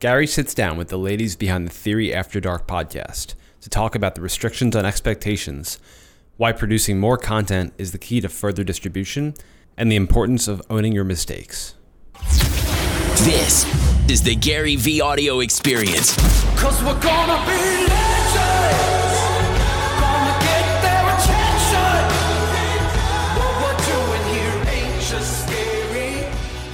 Gary sits down with the ladies behind the Theory After Dark podcast to talk about the restrictions on expectations, why producing more content is the key to further distribution, and the importance of owning your mistakes. This is the Gary V audio experience. Cause we're gonna be legends. Gonna get their attention. What we're doing here ain't just scary.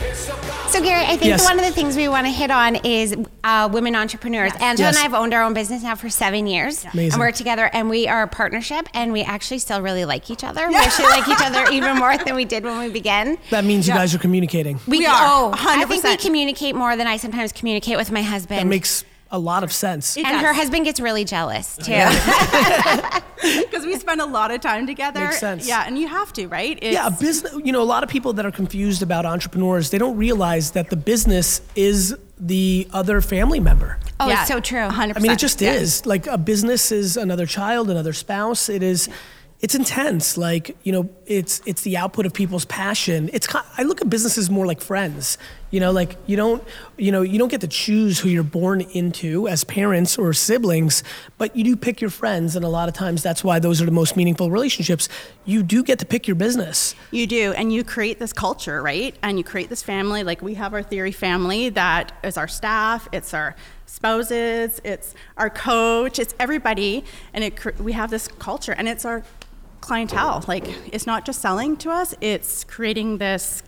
It's about So, Gary, I think Yes. one of the things we want to hit on is uh, women entrepreneurs. Angela Yes. and I have owned our own business now for seven years. Amazing. And we're together and we are a partnership and we actually still really like each other. We actually like each other even more than we did when we began. That means you guys are communicating. We, are, Oh, I think we 100%. communicate more than I sometimes communicate with my husband. That makes a lot of sense. and does. her husband gets really jealous too. because we spend a lot of time together. Makes sense. Yeah, and you have to, right? It's, yeah, a business, you know, a lot of people that are confused about entrepreneurs, they don't realize that the business is the other family member. Oh, yeah, it's so true. 100%. I mean, it just Yeah. is. Like a business is another child, another spouse. It is, it's intense. Like you know, it's it's the output of people's passion. It's ki- I look at businesses more like friends. You know, like you don't you know you don't get to choose who you're born into as parents or siblings, but you do pick your friends, and a lot of times that's why those are the most meaningful relationships. You do get to pick your business. You do, and you create this culture, right? And you create this family. Like we have our theory family that is our staff, it's our spouses, it's our coach, it's everybody, and it cr- we have this culture, and it's our clientele. Like it's not just selling to us; it's creating this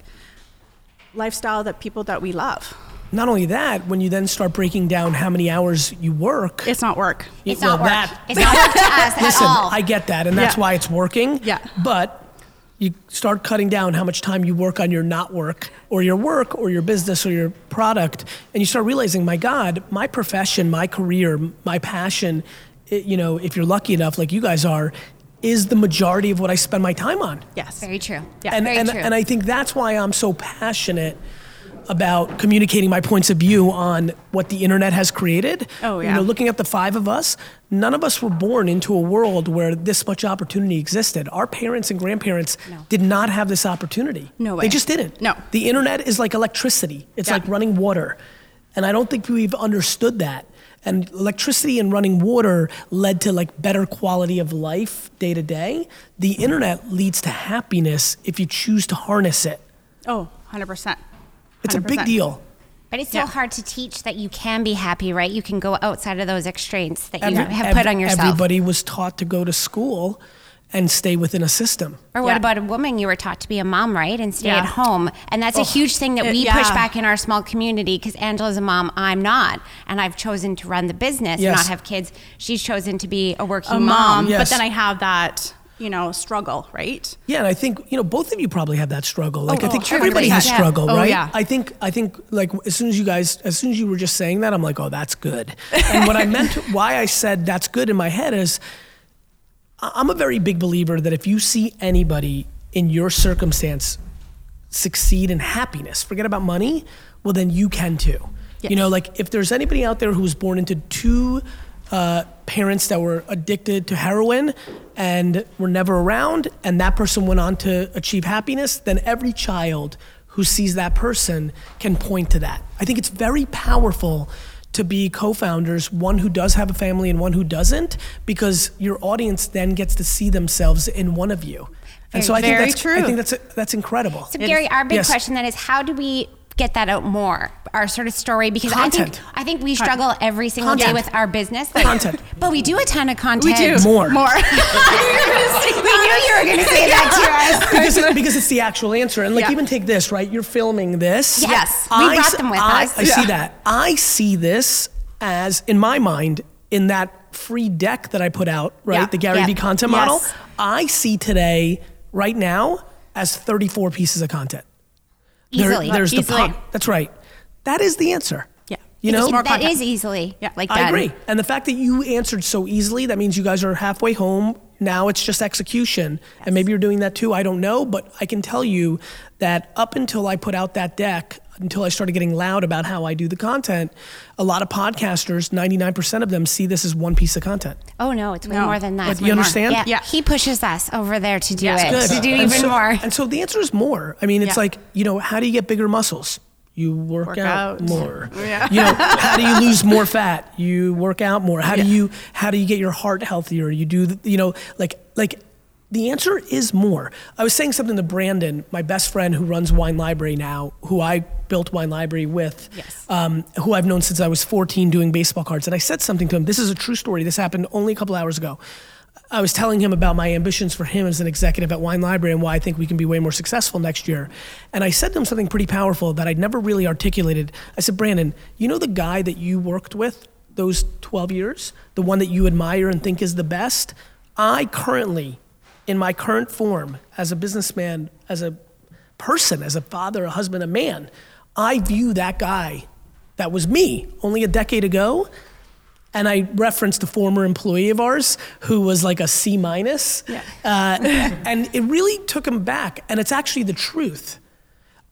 lifestyle that people that we love. Not only that, when you then start breaking down how many hours you work, It's not work. It's well, not work. that- it's not work to us at Listen, all. I get that, and that's Yeah. why it's working. Yeah. But you start cutting down how much time you work on your not work, or your work, or your business, or your product, and you start realizing, my God, my profession, my career, my passion, it, you know, if you're lucky enough, like you guys are, is the majority of what I spend my time on. Yes. very true. Yeah. And, very and, true. and I think that's why I'm so passionate about communicating my points of view on what the internet has created. Oh, You yeah. know, looking at the five of us, none of us were born into a world where this much opportunity existed. Our parents and grandparents did not have this opportunity. No They way. just didn't. No. The internet is like electricity. It's Yeah. like running water. And I don't think we've understood that. And electricity and running water led to like better quality of life day to day. The internet leads to happiness if you choose to harness it. Oh, 100%. It's a big 100%. deal. But it's so hard to teach that you can be happy, right? You can go outside of those extremes that you Every- have ev- put on yourself. Everybody was taught to go to school and stay within a system. Or what Yeah. about a woman? You were taught to be a mom, right, and stay Yeah. at home, and that's a huge thing that It- we yeah. push back in our small community. Because Angela's a mom, I'm not, and I've chosen to run the business, Yes. not have kids. She's chosen to be a working A mom. mom, Yes. but then I have that, you know, struggle, right? Yeah, and I think you know both of you probably have that struggle. Like I oh, think sure, everybody has yeah. struggle, Oh, right? yeah. I think I think like as soon as you guys, as soon as you were just saying that, I'm like, oh, that's good. And what I meant, why I said that's good in my head is, I- I'm a very big believer that if you see anybody in your circumstance succeed in happiness, forget about money, well then you can too. You know, like if there's anybody out there who was born into two uh, parents that were addicted to heroin and were never around, and that person went on to achieve happiness, then every child who sees that person can point to that. I think it's very powerful to be co-founders, one who does have a family and one who doesn't, because your audience then gets to see themselves in one of you. And so I think Very that's I true. think that's that's incredible. So Gary, our big yes. question then is how do we get that out more? Our sort of story because Content. I think I think we struggle every single day Content. with our business. Content. But we do a ton of content. We do. More. More. we knew you were going to say that to us. because, it- because it's the actual answer. And like, Yeah. even take this, right? You're filming this. Yes. Yes. We brought s- them with I- us. I see that. I see this as, in my mind, in that free deck that I put out, right? Yeah. The Gary Yeah. V content Yes. model. I see today, right now, as 34 pieces of content. There- Easily. there's Easily. the pop. That's right. That is the answer. Yeah. You know, more That content. is easily Yeah. like that. I agree. And the fact that you answered so easily, that means you guys are halfway home. Now it's just execution. And maybe you're doing that too. I don't know. But I can tell you that up until I put out that deck, until I started getting loud about how I do the content, a lot of podcasters, 99% of them, see this as one piece of content. Oh no, it's way No. more than that. But It's you way more. understand? Yeah. Yeah. He pushes us over there to do Yeah. it. Good. To do And even so- more. And so the answer is more. I mean, it's Yeah. like, you know, how do you get bigger muscles? You work, Work out, out. more. Yeah. You know, how do you lose more fat? You work out more. How do you how do you get your heart healthier? You do the, you know, like like the answer is more. I was saying something to Brandon, my best friend who runs Wine Library now, who I built Wine Library with, Yes. um, who I've known since I was 14 doing baseball cards. And I said something to him. This is a true story. This happened only a couple hours ago. I was telling him about my ambitions for him as an executive at Wine Library and why I think we can be way more successful next year. And I said to him something pretty powerful that I'd never really articulated. I said, Brandon, you know the guy that you worked with those 12 years, the one that you admire and think is the best? I currently, in my current form as a businessman, as a person, as a father, a husband, a man, I view that guy that was me only a decade ago and I referenced a former employee of ours who was like a C minus, Yeah. uh, and it really took him back. And it's actually the truth.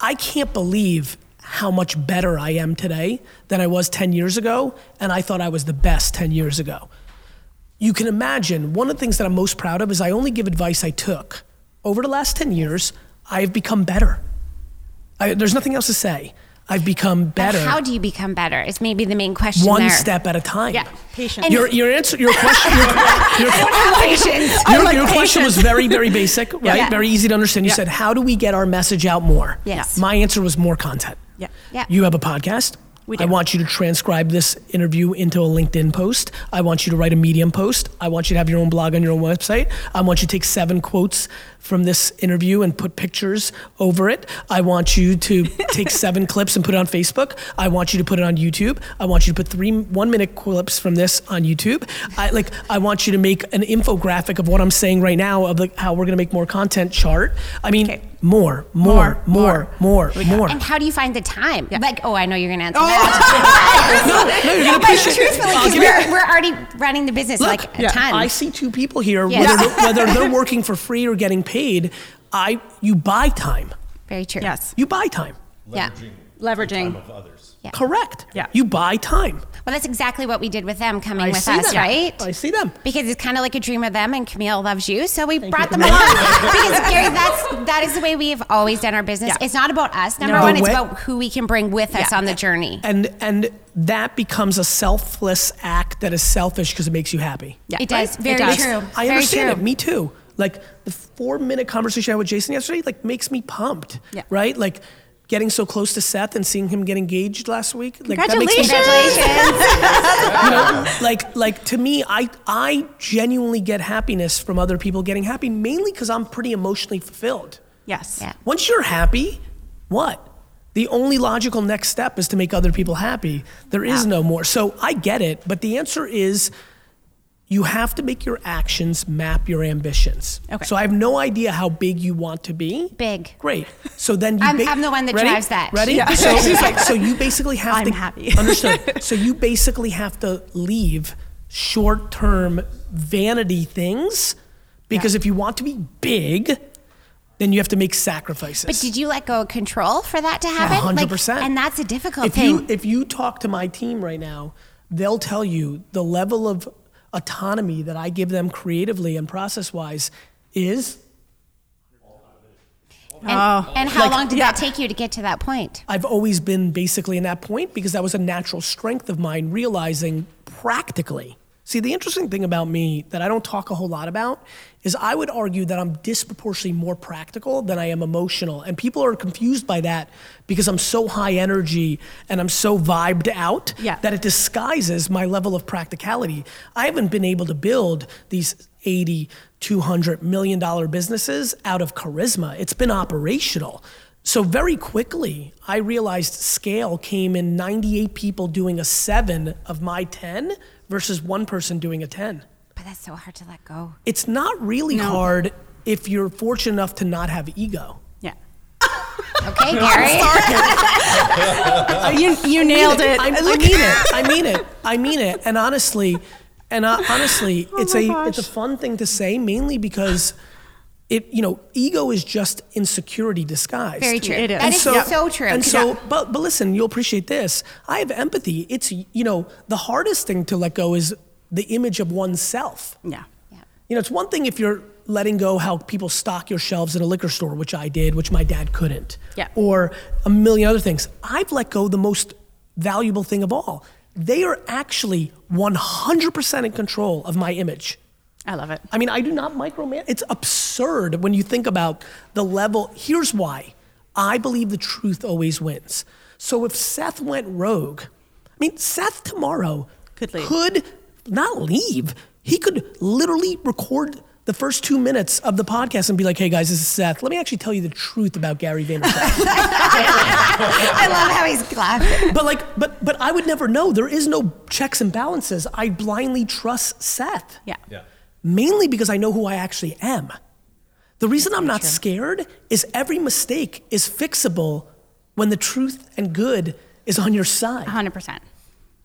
I can't believe how much better I am today than I was 10 years ago, and I thought I was the best 10 years ago. You can imagine one of the things that I'm most proud of is I only give advice I took. Over the last 10 years, I have become better. I, there's nothing else to say. I've become But better How do you become better? Is maybe the main question. one there. step at a time. Yeah, patience. Your your answer, your question, your, your, Patience. your- like your question was patience. very very basic, right? Yeah. Very easy to understand. You Yeah. said, "How do we get our message out more?" Yes. My answer was more content. Yeah. Yeah. You have a podcast. We I do. want you to transcribe this interview into a LinkedIn post. I want you to write a Medium post. I want you to have your own blog on your own website. I want you to take seven quotes from this interview and put pictures over it. I want you to take seven clips and put it on Facebook. I want you to put it on YouTube. I want you to put three one minute clips from this on YouTube. I like I want you to make an infographic of what I'm saying right now of like how we're gonna make more content chart. I mean more, more, more, more, more. And how do you find the time? Like, oh, I know you're going to answer that. No, you're gonna But push it. truthfully, I'll 'cause give you- we're, we're already running the business Look, like a ton. I see two people here, Yes. whether, whether they're working for free or getting paid. I you buy time. Very true. Yes. You buy time. Yeah. Leveraging. Correct. Yeah. You buy time. Well, that's exactly what we did with them coming I with see us, them. right? I see them. because it's kind of like a dream of them and Camille loves you. So we brought them along because Gary, that's, that is the way we've always done our business. Yeah. It's not about us. Number No. one, The it's way- about who we can bring with us on the journey. And and that becomes a selfless act that is selfish because it makes you happy. Yeah, It does. right? Very It does. true. I Very understand true. it. Me too. Like the four minute conversation I had with Jason yesterday, like makes me pumped. Yeah. Right? Like getting so close to Seth and seeing him get engaged last week. Like that makes me Congratulations. Congratulations. you know, like like to me i i genuinely get happiness from other people getting happy mainly because i'm pretty emotionally fulfilled Yes. Yeah. once you're happy what the only logical next step is to make other people happy there is no more so i get it but the answer is you have to make your actions map your ambitions. Okay. So I have no idea how big you want to be. Big. Great. So then you. I'm- ba- I'm the one that Ready? drives that. Ready? Yeah. So, so you basically have I'm to. happy. Understood. So you basically have to leave short-term vanity things, because if you want to be big, then you have to make sacrifices. But did you let go of control for that to happen? Like, 100%. and that's a difficult if thing. You, if you talk to my team right now, they'll tell you the level of autonomy that I give them creatively and process wise is and, Oh. and how long did yeah. that take you to get to that point? I've always been basically in that point because that was a natural strength of mine, realizing practically. See, the interesting thing about me that I don't talk a whole lot about is I would argue that I'm disproportionately more practical than I am emotional. And people are confused by that because I'm so high energy and I'm so vibed out Yeah. that it disguises my level of practicality. I haven't been able to build these 80, 200 million dollar businesses out of charisma. It's been operational. So very quickly, I realized scale came in 98 people doing a 7 of my 10 versus one person doing a 10. But that's so hard to let go. It's not really hard if you're fortunate enough to not have ego. Yeah. Okay, Gary. you you nailed it. I, I mean it. I mean it. I mean it. And honestly, and uh, honestly, it's my a gosh. it's a fun thing to say, mainly because it you know ego is just insecurity disguised. Very true. It is. That And is so, true. And Yeah. so, but but listen, you'll appreciate this. I have empathy. It's you know the hardest thing to let go is the image of oneself. Yeah. You know, it's one thing if you're letting go how people stock your shelves at a liquor store, which I did, which my dad couldn't. Yeah. Or a million other things. I've let go the most valuable thing of all. They are actually 100% in control of my image. I love it. I mean, I do not micromanage. It's absurd when you think about the level. Here's why I believe the truth always wins. So if Seth went rogue, I mean, Seth tomorrow Could leave. could not leave. He could literally record the first two minutes of the podcast and be like, hey guys, this is Seth. Let me actually tell you the truth about Gary Vaynerchuk. I love how he's laughing. but like, but but I would never know. There is no checks and balances. I blindly trust Seth. Yeah. mainly because I know who I actually am. The reason I'm not scared is every mistake is fixable when the truth and good is on your side. 100%.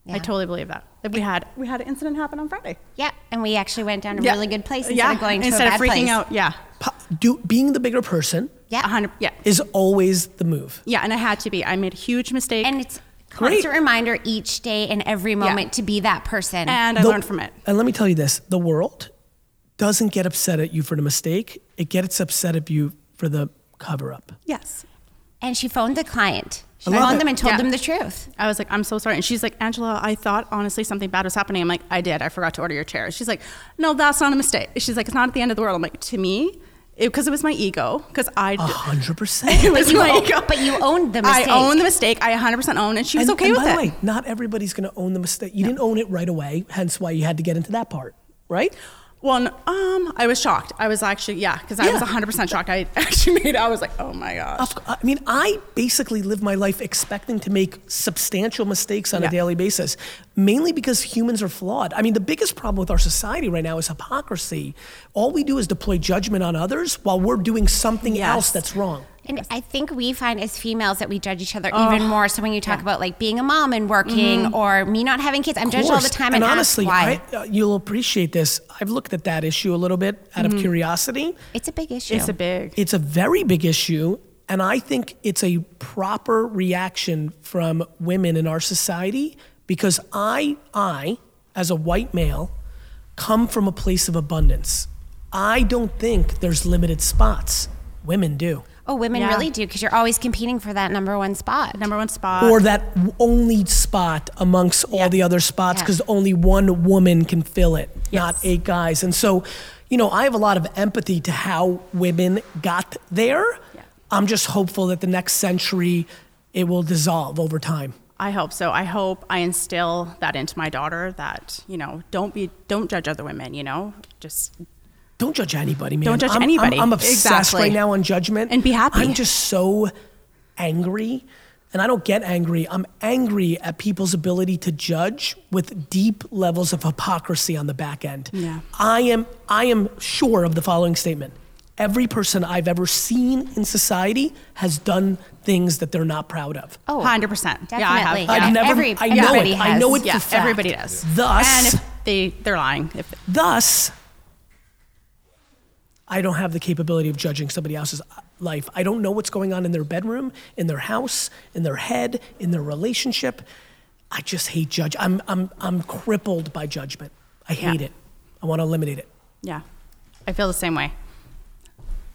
I totally believe that. Like, We had we had an incident happen on Friday. Yeah, and we actually went down a Yeah. really good place instead yeah. of going to instead a bad of freaking place. out. Yeah. Po- do, being the bigger person Yeah, 100 yeah. is always the move. Yeah, and I had to be. I made a huge mistake. and it's a Great. constant reminder each day and every moment to be that person. and I The- learned from it. And let me tell you this the world doesn't get upset at you for the mistake, it gets upset at you for the cover up. Yes. And she phoned the client. She love phoned it. them and told Yeah. them the truth. I was like, I'm so sorry. And she's like, Angela, I thought honestly something bad was happening. I'm like, I did. I forgot to order your chair. She's like, No, that's not a mistake. She's like, It's not at the end of the world. I'm like, To me, because it, was my ego, because I. A 100%. It was you my own- ego. but you owned the mistake. I own the mistake. I 100% own, and she was And- okay and with by it. the way, not everybody's going to own the mistake. You didn't own it right away, hence why you had to get into that part, right? Well, n- um, I was shocked. I was actually, yeah, because I was Yeah. 100% shocked. I actually made. I was like, oh my gosh. Of cou- I mean, I basically live my life expecting to make substantial mistakes on a Yeah. daily basis, mainly because humans are flawed. I mean, the biggest problem with our society right now is hypocrisy. All we do is deploy judgment on others while we're doing something Yes. else that's wrong. And I think we find as females that we judge each other even more. So when you talk about like being a mom and working or me not having kids, I'm judged all the course. time And and, asked honestly, why. I, uh, you'll appreciate this. I've looked at that issue a little bit out Mm-hmm. of curiosity. it's a big issue. It's a big. It's a very big issue, and I think it's a proper reaction from women in our society because I, I, as a white male, come from a place of abundance. I don't think there's limited spots. Women do. Oh, women Yeah. really do because you're always competing for that number one spot. Number one spot. Or that w- only spot amongst all the other spots Yeah. because only one woman can fill it, not Yes. eight guys. And so, you know, I have a lot of empathy to how women got there. I'm just hopeful that the next century it will dissolve over time. I hope so. I hope I instill that into my daughter that, you know, don't be don't judge other women, you know? Just Don't judge anybody, man. Don't judge I'm- I'm- anybody. I'm, obsessed Exactly. right now on judgment. And be happy. I'm just so angry, and I don't get angry. I'm angry at people's ability to judge with deep levels of hypocrisy on the back end. Yeah. I am I am sure of the following statement. Every person I've ever seen in society has done things that they're not proud of. Oh, 100%. Yeah, I have. definitely. I've I Yeah. never Every- I know it. everybody I know has. it yeah, for fact. everybody does. Thus and if they they're lying. If Thus, I don't have the capability of judging somebody else's uh, life. I don't know what's going on in their bedroom, in their house, in their head, in their relationship. I just hate judge. I'm I'm I'm crippled by judgment. I hate Yeah. it. I want to eliminate it. yeah. I feel the same way.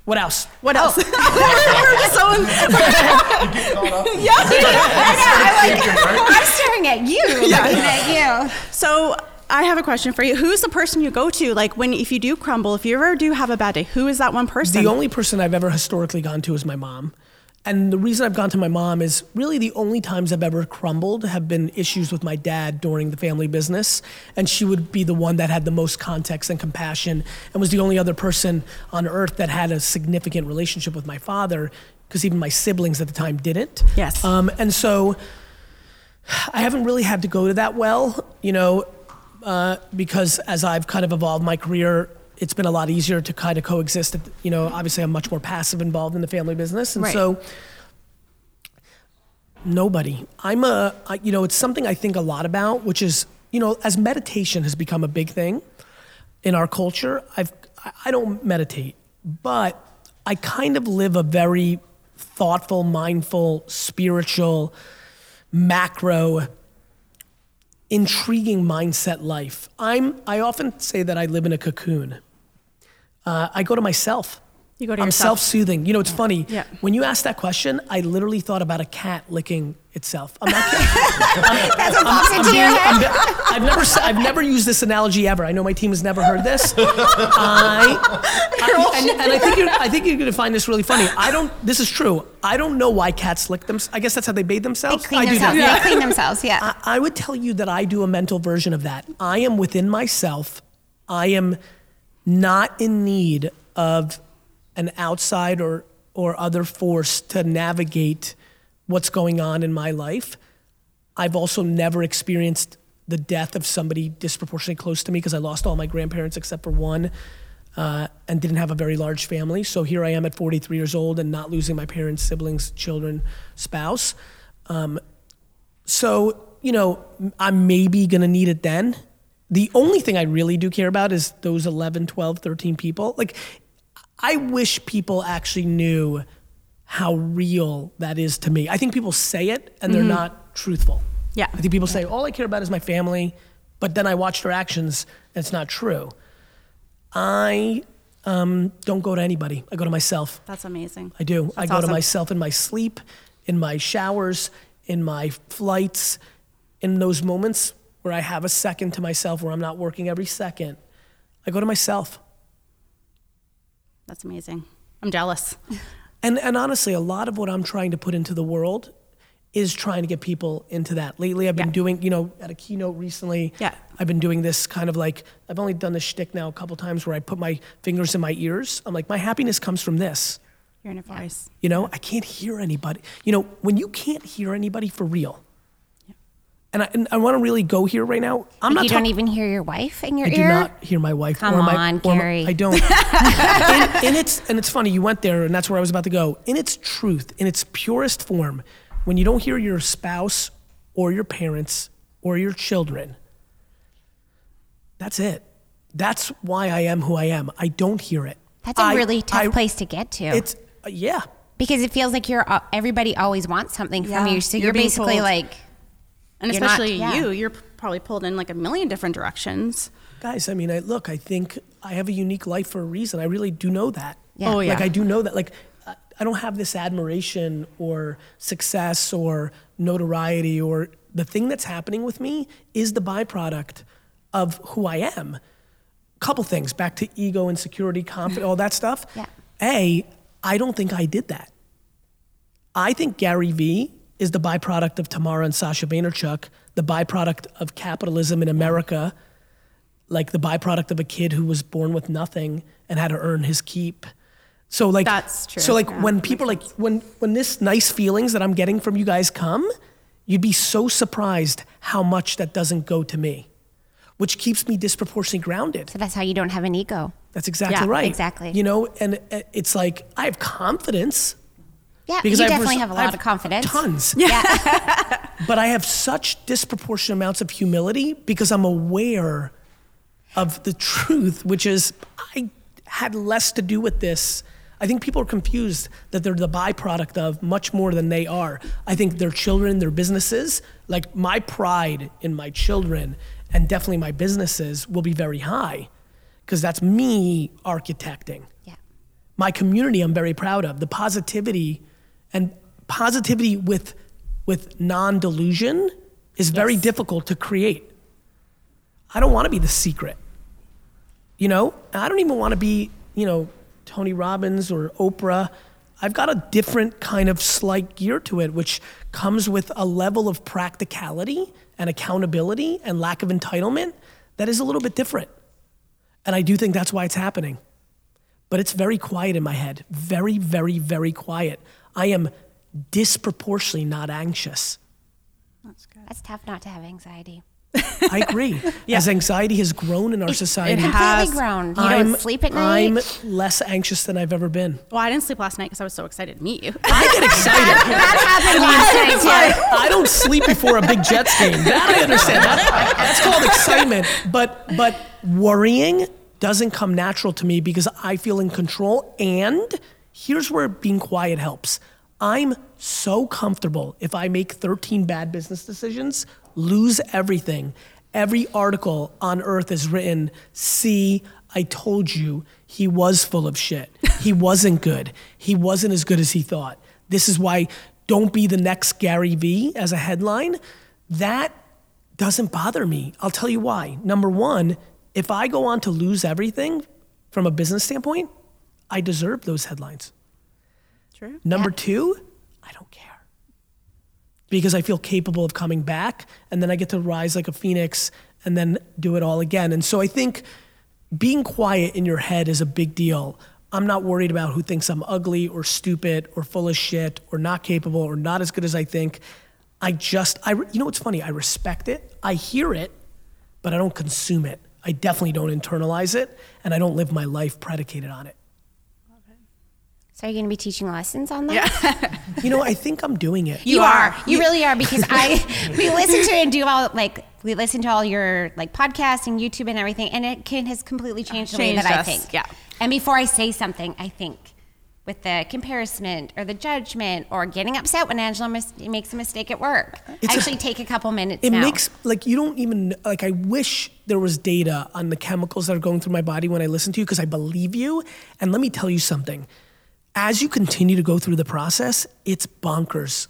What else? Oh. What else? We're just so in- I know, I'm, like, I'm staring at you, looking at you. So I have a question for you. Who's the person you go to like when if you do crumble, if you ever do have a bad day, who is that one person? The only person I've ever historically gone to is my mom. And the reason I've gone to my mom is really the only times I've ever crumbled have been issues with my dad during the family business. And she would be the one that had the most context and compassion and was the only other person on earth that had a significant relationship with my father, because even my siblings at the time didn't. Yes. Um, and so I haven't really had to go to that well, you know, uh, because as I've kind of evolved my career, it's been a lot easier to kind of coexist. At, you know, obviously I'm much more passive involved in the family business, and Right. so nobody. I'm a, I, you know, it's something I think a lot about, which is, you know, as meditation has become a big thing in our culture, I've, I- I don't meditate, but I kind of live a very thoughtful, mindful, spiritual, macro intriguing mindset life. I'm I often say that I live in a cocoon. Uh, I go to myself. You go to I'm yourself. self-soothing. You know, it's funny. Yeah. When you asked that question, I literally thought about a cat licking itself. I'm not kidding. That's what pops I'm into your being- head. I'm be- I've never s- I've never used this analogy ever. I know my team has never heard this. I, I- and, and I think you're, I think you're gonna find this really funny. I don't. This is true. I don't know why cats lick them. I guess that's how they bathe They themselves. clean I do that. themselves. They clean themselves. Yeah. I I would tell you that I do a mental version of that. I am within myself. I am not in need of an outside or or other force to navigate what's going on in my life. I've also never experienced the death of somebody disproportionately close to me because I lost all my grandparents except for one uh, and didn't have a very large family. So here I am at 43 years old and not losing my parents, siblings, children, spouse. So, you know, I'm maybe going to need it then. The only thing I really do care about is those 11, 12, 13 people. Like, I wish people actually knew how real that is to me. I think people say it and they're not truthful. Yeah. I think people say, all I care about is my family, but then I watch their actions and it's not true. I um, don't go to anybody, I go to myself. That's amazing. I do. I That's go to awesome. myself in my sleep, in my showers, in my flights, in those moments where I have a second to myself, where I'm not working every second. I go to myself. That's amazing. I'm jealous. And, and honestly, a lot of what I'm trying to put into the world is trying to get people into that. Lately, I've been Yeah. doing, you know, at a keynote recently, Yeah. I've been doing this kind of like, I've only done this shtick now a couple times where I put my fingers in my ears. I'm like, my happiness comes from this. You're in a voice. You know, I can't hear anybody. You know, when you can't hear anybody for real, and I, and I want to really go here right now. I'm not you talking. don't even hear your wife in your I do ear. not hear my wife Come or my, on, or my- Gary. I don't. and, and it's and it's funny. You went there, and that's where I was about to go. In its truth, in its purest form, when you don't hear your spouse or your parents or your children, that's it. That's why I am who I am. I don't hear it. That's a I- really tough I- place to get to. It's uh, yeah. because it feels like you're uh, everybody always wants something Yeah. from you, so You're you're, being basically pulled. like And You're not- especially yeah. you, you're p- probably pulled in like a million different directions. guys i mean i look i think i have a unique life for a reason i really do know that Yeah. Oh, yeah. like i do know that like I- i don't have this admiration or success or notoriety or the thing that's happening with me is the byproduct of who i am couple things back to ego insecurity confidence all that stuff Yeah. a i don't think i did that I think Gary Vee is the byproduct of Tamara and Sasha Vaynerchuk, the byproduct of capitalism in America, like the byproduct of a kid who was born with nothing and had to earn his keep. So like That's true, So like yeah, when makes people like when when this nice feelings that I'm getting from you guys come, you'd be so surprised how much that doesn't go to me, which keeps me disproportionately grounded. that's how you don't have an ego. That's exactly Yeah, right. exactly. You know, and uh, it's like I have confidence Yeah, because you I've definitely res- have a I lot of confidence. Tons. Yeah, But I have such disproportionate amounts of humility because I'm aware of the truth, which is I had less to do with this. I think people are confused that they're the byproduct of much more than they are. I think their children, their businesses, like my pride in my children and definitely my businesses will be very high because that's me architecting yeah. my community I'm very proud of. The positivity and positivity with with non-delusion is very difficult to create. I don't want to be the secret. You know, I don't even want to be, you know, Tony Robbins or Oprah. I've got a different kind of slight gear to it, which comes with a level of practicality and accountability and lack of entitlement that is a little bit different. And I do think that's why it's happening but it's very quiet in my head. Very, very, very quiet. I am disproportionately not anxious. That's tough not to have anxiety. I agree. As anxiety has grown in our society, Completely has- grown. You I'm, don't sleep at night. I'm less anxious than I've ever been. Well, I didn't sleep last night because I was so excited to meet you. I get excited. that happened last night too. I don't sleep before a big Jets game. That I understand. That, that's called excitement. But but worrying doesn't come natural to me because I feel in control. And here's where being quiet helps. I'm so comfortable if I make 13 bad business decisions, lose everything. Every article on earth is written, see, I told you he was full of shit. He wasn't good. He wasn't as good as he thought. This is why don't be the next Gary Vee as a headline. That doesn't bother me. I'll tell you why. Number one, if I go on to lose everything from a business standpoint, I deserve those headlines. True. Number two, I don't care because I feel capable of coming back and then I get to rise like a phoenix and then do it all again. And so I think being quiet in your head is a big deal. I'm not worried about who thinks I'm ugly or stupid or full of shit or not capable or not as good as I think. I just, I, re- you know what's funny? I respect it, I hear it, but I don't consume it. I definitely don't internalize it and I don't live my life predicated on it. So are you going to be teaching lessons on that? You know, I think I'm doing it. You, are. You really are because I we listen to and do all like we listen to all your like podcasts and YouTube and everything, and it can has completely changed the way Changed that I us, think. yeah. And before I say something, I think with the comparison or the judgment or getting upset when Angela mis- makes a mistake at work. It's I a- actually take a couple minutes. It now. makes like you don't even like. I wish there was data on the chemicals that are going through my body when I listen to you because I believe you. And let me tell you something: as you continue to go through the process, it's bonkers.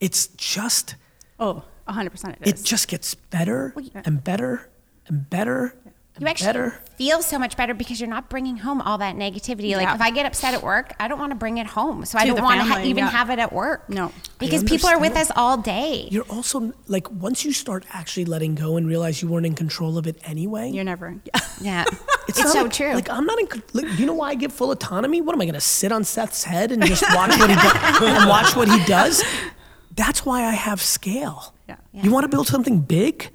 It's just Oh, 100% it it is. just gets better and better and better and you actually better. feel so much better because you're not bringing home all that negativity. Like Yeah. if I get upset at work, I don't want to bring it home, so I To don't the want to ha- family, even yeah. have it at work. No. I because people are with us understand. all day. You're also like once you start actually letting go and realize you weren't in control of it anyway. You're never. yeah, it's, not so like- true. Like I'm not in. con- Like, you know why I get full autonomy? What am I going to sit on Seth's head and just watch what he do- and watch what he does? That's why I have scale. Yeah. You want to build something big?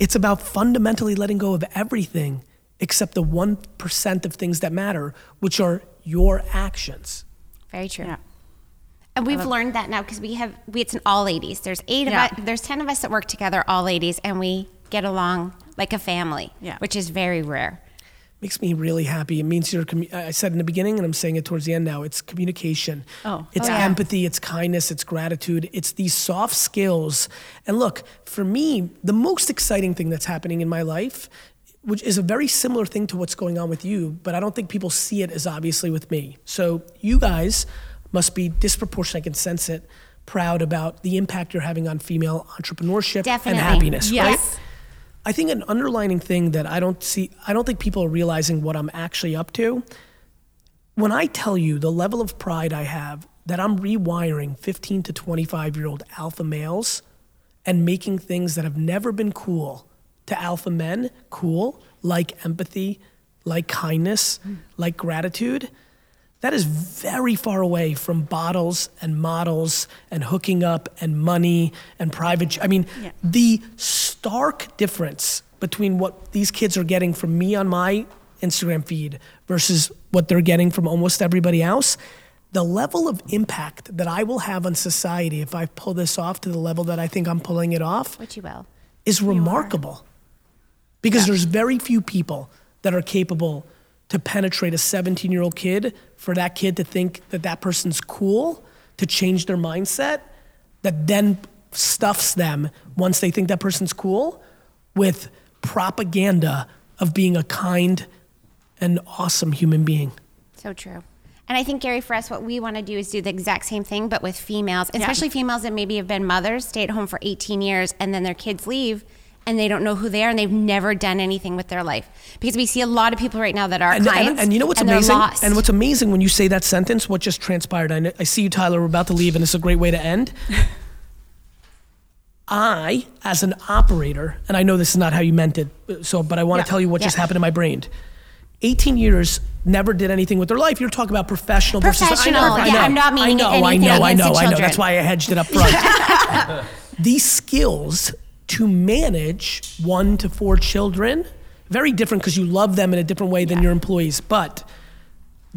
It's about fundamentally letting go of everything except the one percent of things that matter, which are your actions. Very true. Yeah. And we've learned that now because we have we, it's an all ladies. There's eight Yeah. of us. There's ten of us that work together, all ladies, and we get along like a family. Yeah. which is very rare. Makes me really happy. It means you're. commu- I I said in the beginning, and I'm saying it towards the end now. It's communication. Oh. It's Oh, yeah. empathy. It's kindness. It's gratitude. It's these soft skills. And look, for me, the most exciting thing that's happening in my life, which is a very similar thing to what's going on with you, but I don't think people see it as obviously with me. So you guys must be disproportionate. I can sense it. Proud about the impact you're having on female entrepreneurship Definitely. and happiness. Yes. Right? I think an underlining thing that I don't see, I don't think people are realizing what I'm actually up to. When I tell you the level of pride I have that I'm rewiring 15 to 25 year old alpha males and making things that have never been cool to alpha men cool, like empathy, like kindness, like gratitude, that is very far away from bottles and models and hooking up and money and private. j- I mean, the stark difference between what these kids are getting from me on my Instagram feed versus what they're getting from almost everybody else, the level of impact that I will have on society if I pull this off to the level that I think I'm pulling it off Which you will. is remarkable because there's very few people that are capable to penetrate a 17 year old kid for that kid to think that that person's cool to change their mindset that then stuffs them once they think that person's cool with propaganda of being a kind and awesome human being So true. And I think, Gary, for us, what we want to do is do the exact same thing, but with females, especially females that maybe have been mothers, stay at home for 18 years, and then their kids leave and they don't know who they are and they've never done anything with their life. Because we see a lot of people right now that are and, clients. and, and you know what's and they're amazing lost. and what's amazing when you say that sentence what just transpired I, kn- I see you tyler we're about to leave and it's a great way to end i as an operator and i know this is not how you meant it so but i want to Yeah. tell you what just Yeah. happened in my brain 18 years never did anything with their life you're talking about professional, versus I know, Professional, I yeah, know, I'm not meaning I know, anything i know i against the know i know children. that's why i hedged it up front these skills to manage one to four children very different because you love them in a different way than your employees but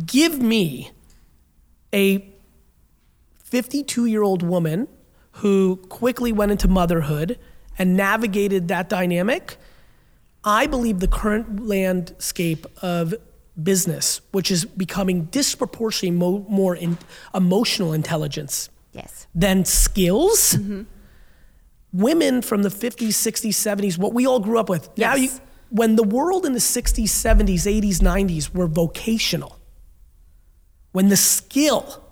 give me a 52 year old woman who quickly went into motherhood and navigated that dynamic I believe the current landscape of business, which is becoming disproportionately mo- more in- emotional intelligence yes. than skills, women from the 50s, 60s, 70s, what we all grew up with. Now you, Yes. when the world in the 60s, 70s, 80s, 90s were vocational, when the skill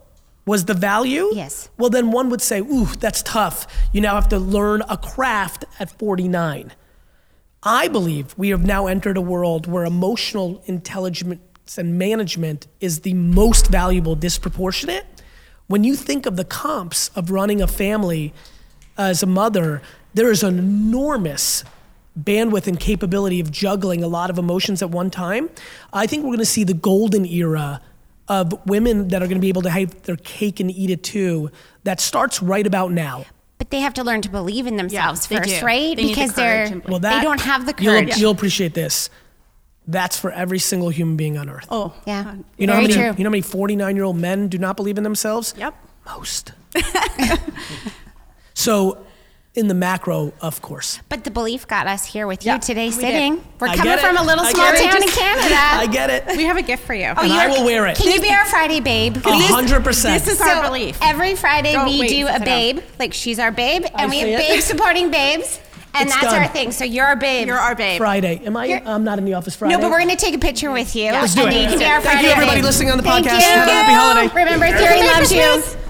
was the value, Yes. well, then one would say, ooh, that's tough. You now have to learn a craft at 49. I believe we have now entered a world where emotional intelligence and management is the most valuable disproportionate. When you think of the comps of running a family as a mother, there is an enormous bandwidth and capability of juggling a lot of emotions at one time. I think we're going to see the golden era of women that are going to be able to have their cake and eat it too that starts right about now. But they have to learn to believe in themselves they first, do. right? They need the because courage they're and- Well, that, they don't have the you'll- courage. You'll, appreciate this. That's for every single human being on earth. Oh, Yeah. you know Very how many? true. You know how many forty-nine-year-old men do not believe in themselves? Yep. Most. so, in the macro, of course. but the belief got us here with Yeah, you today, we sitting. We're I coming get it. from a little I small get it. town in Canada. I get it. We have a gift for you. Oh, And you I are- will wear it. Can you be our Friday babe? A hundred percent. This is our belief. Every Friday Don't we wait, do sit a down. babe, like she's our babe, and we see have it. babes supporting babes, and It's that's our done. thing. So you're our babe. You're our babe. Friday. Am I? You're- I'm not in the office Friday. No, but we're gonna take a picture with you. Let's do and it. You can be our Thank you, Friday everybody babe. listening on the Thank podcast. you. Have a happy holiday. Remember, theory loves you.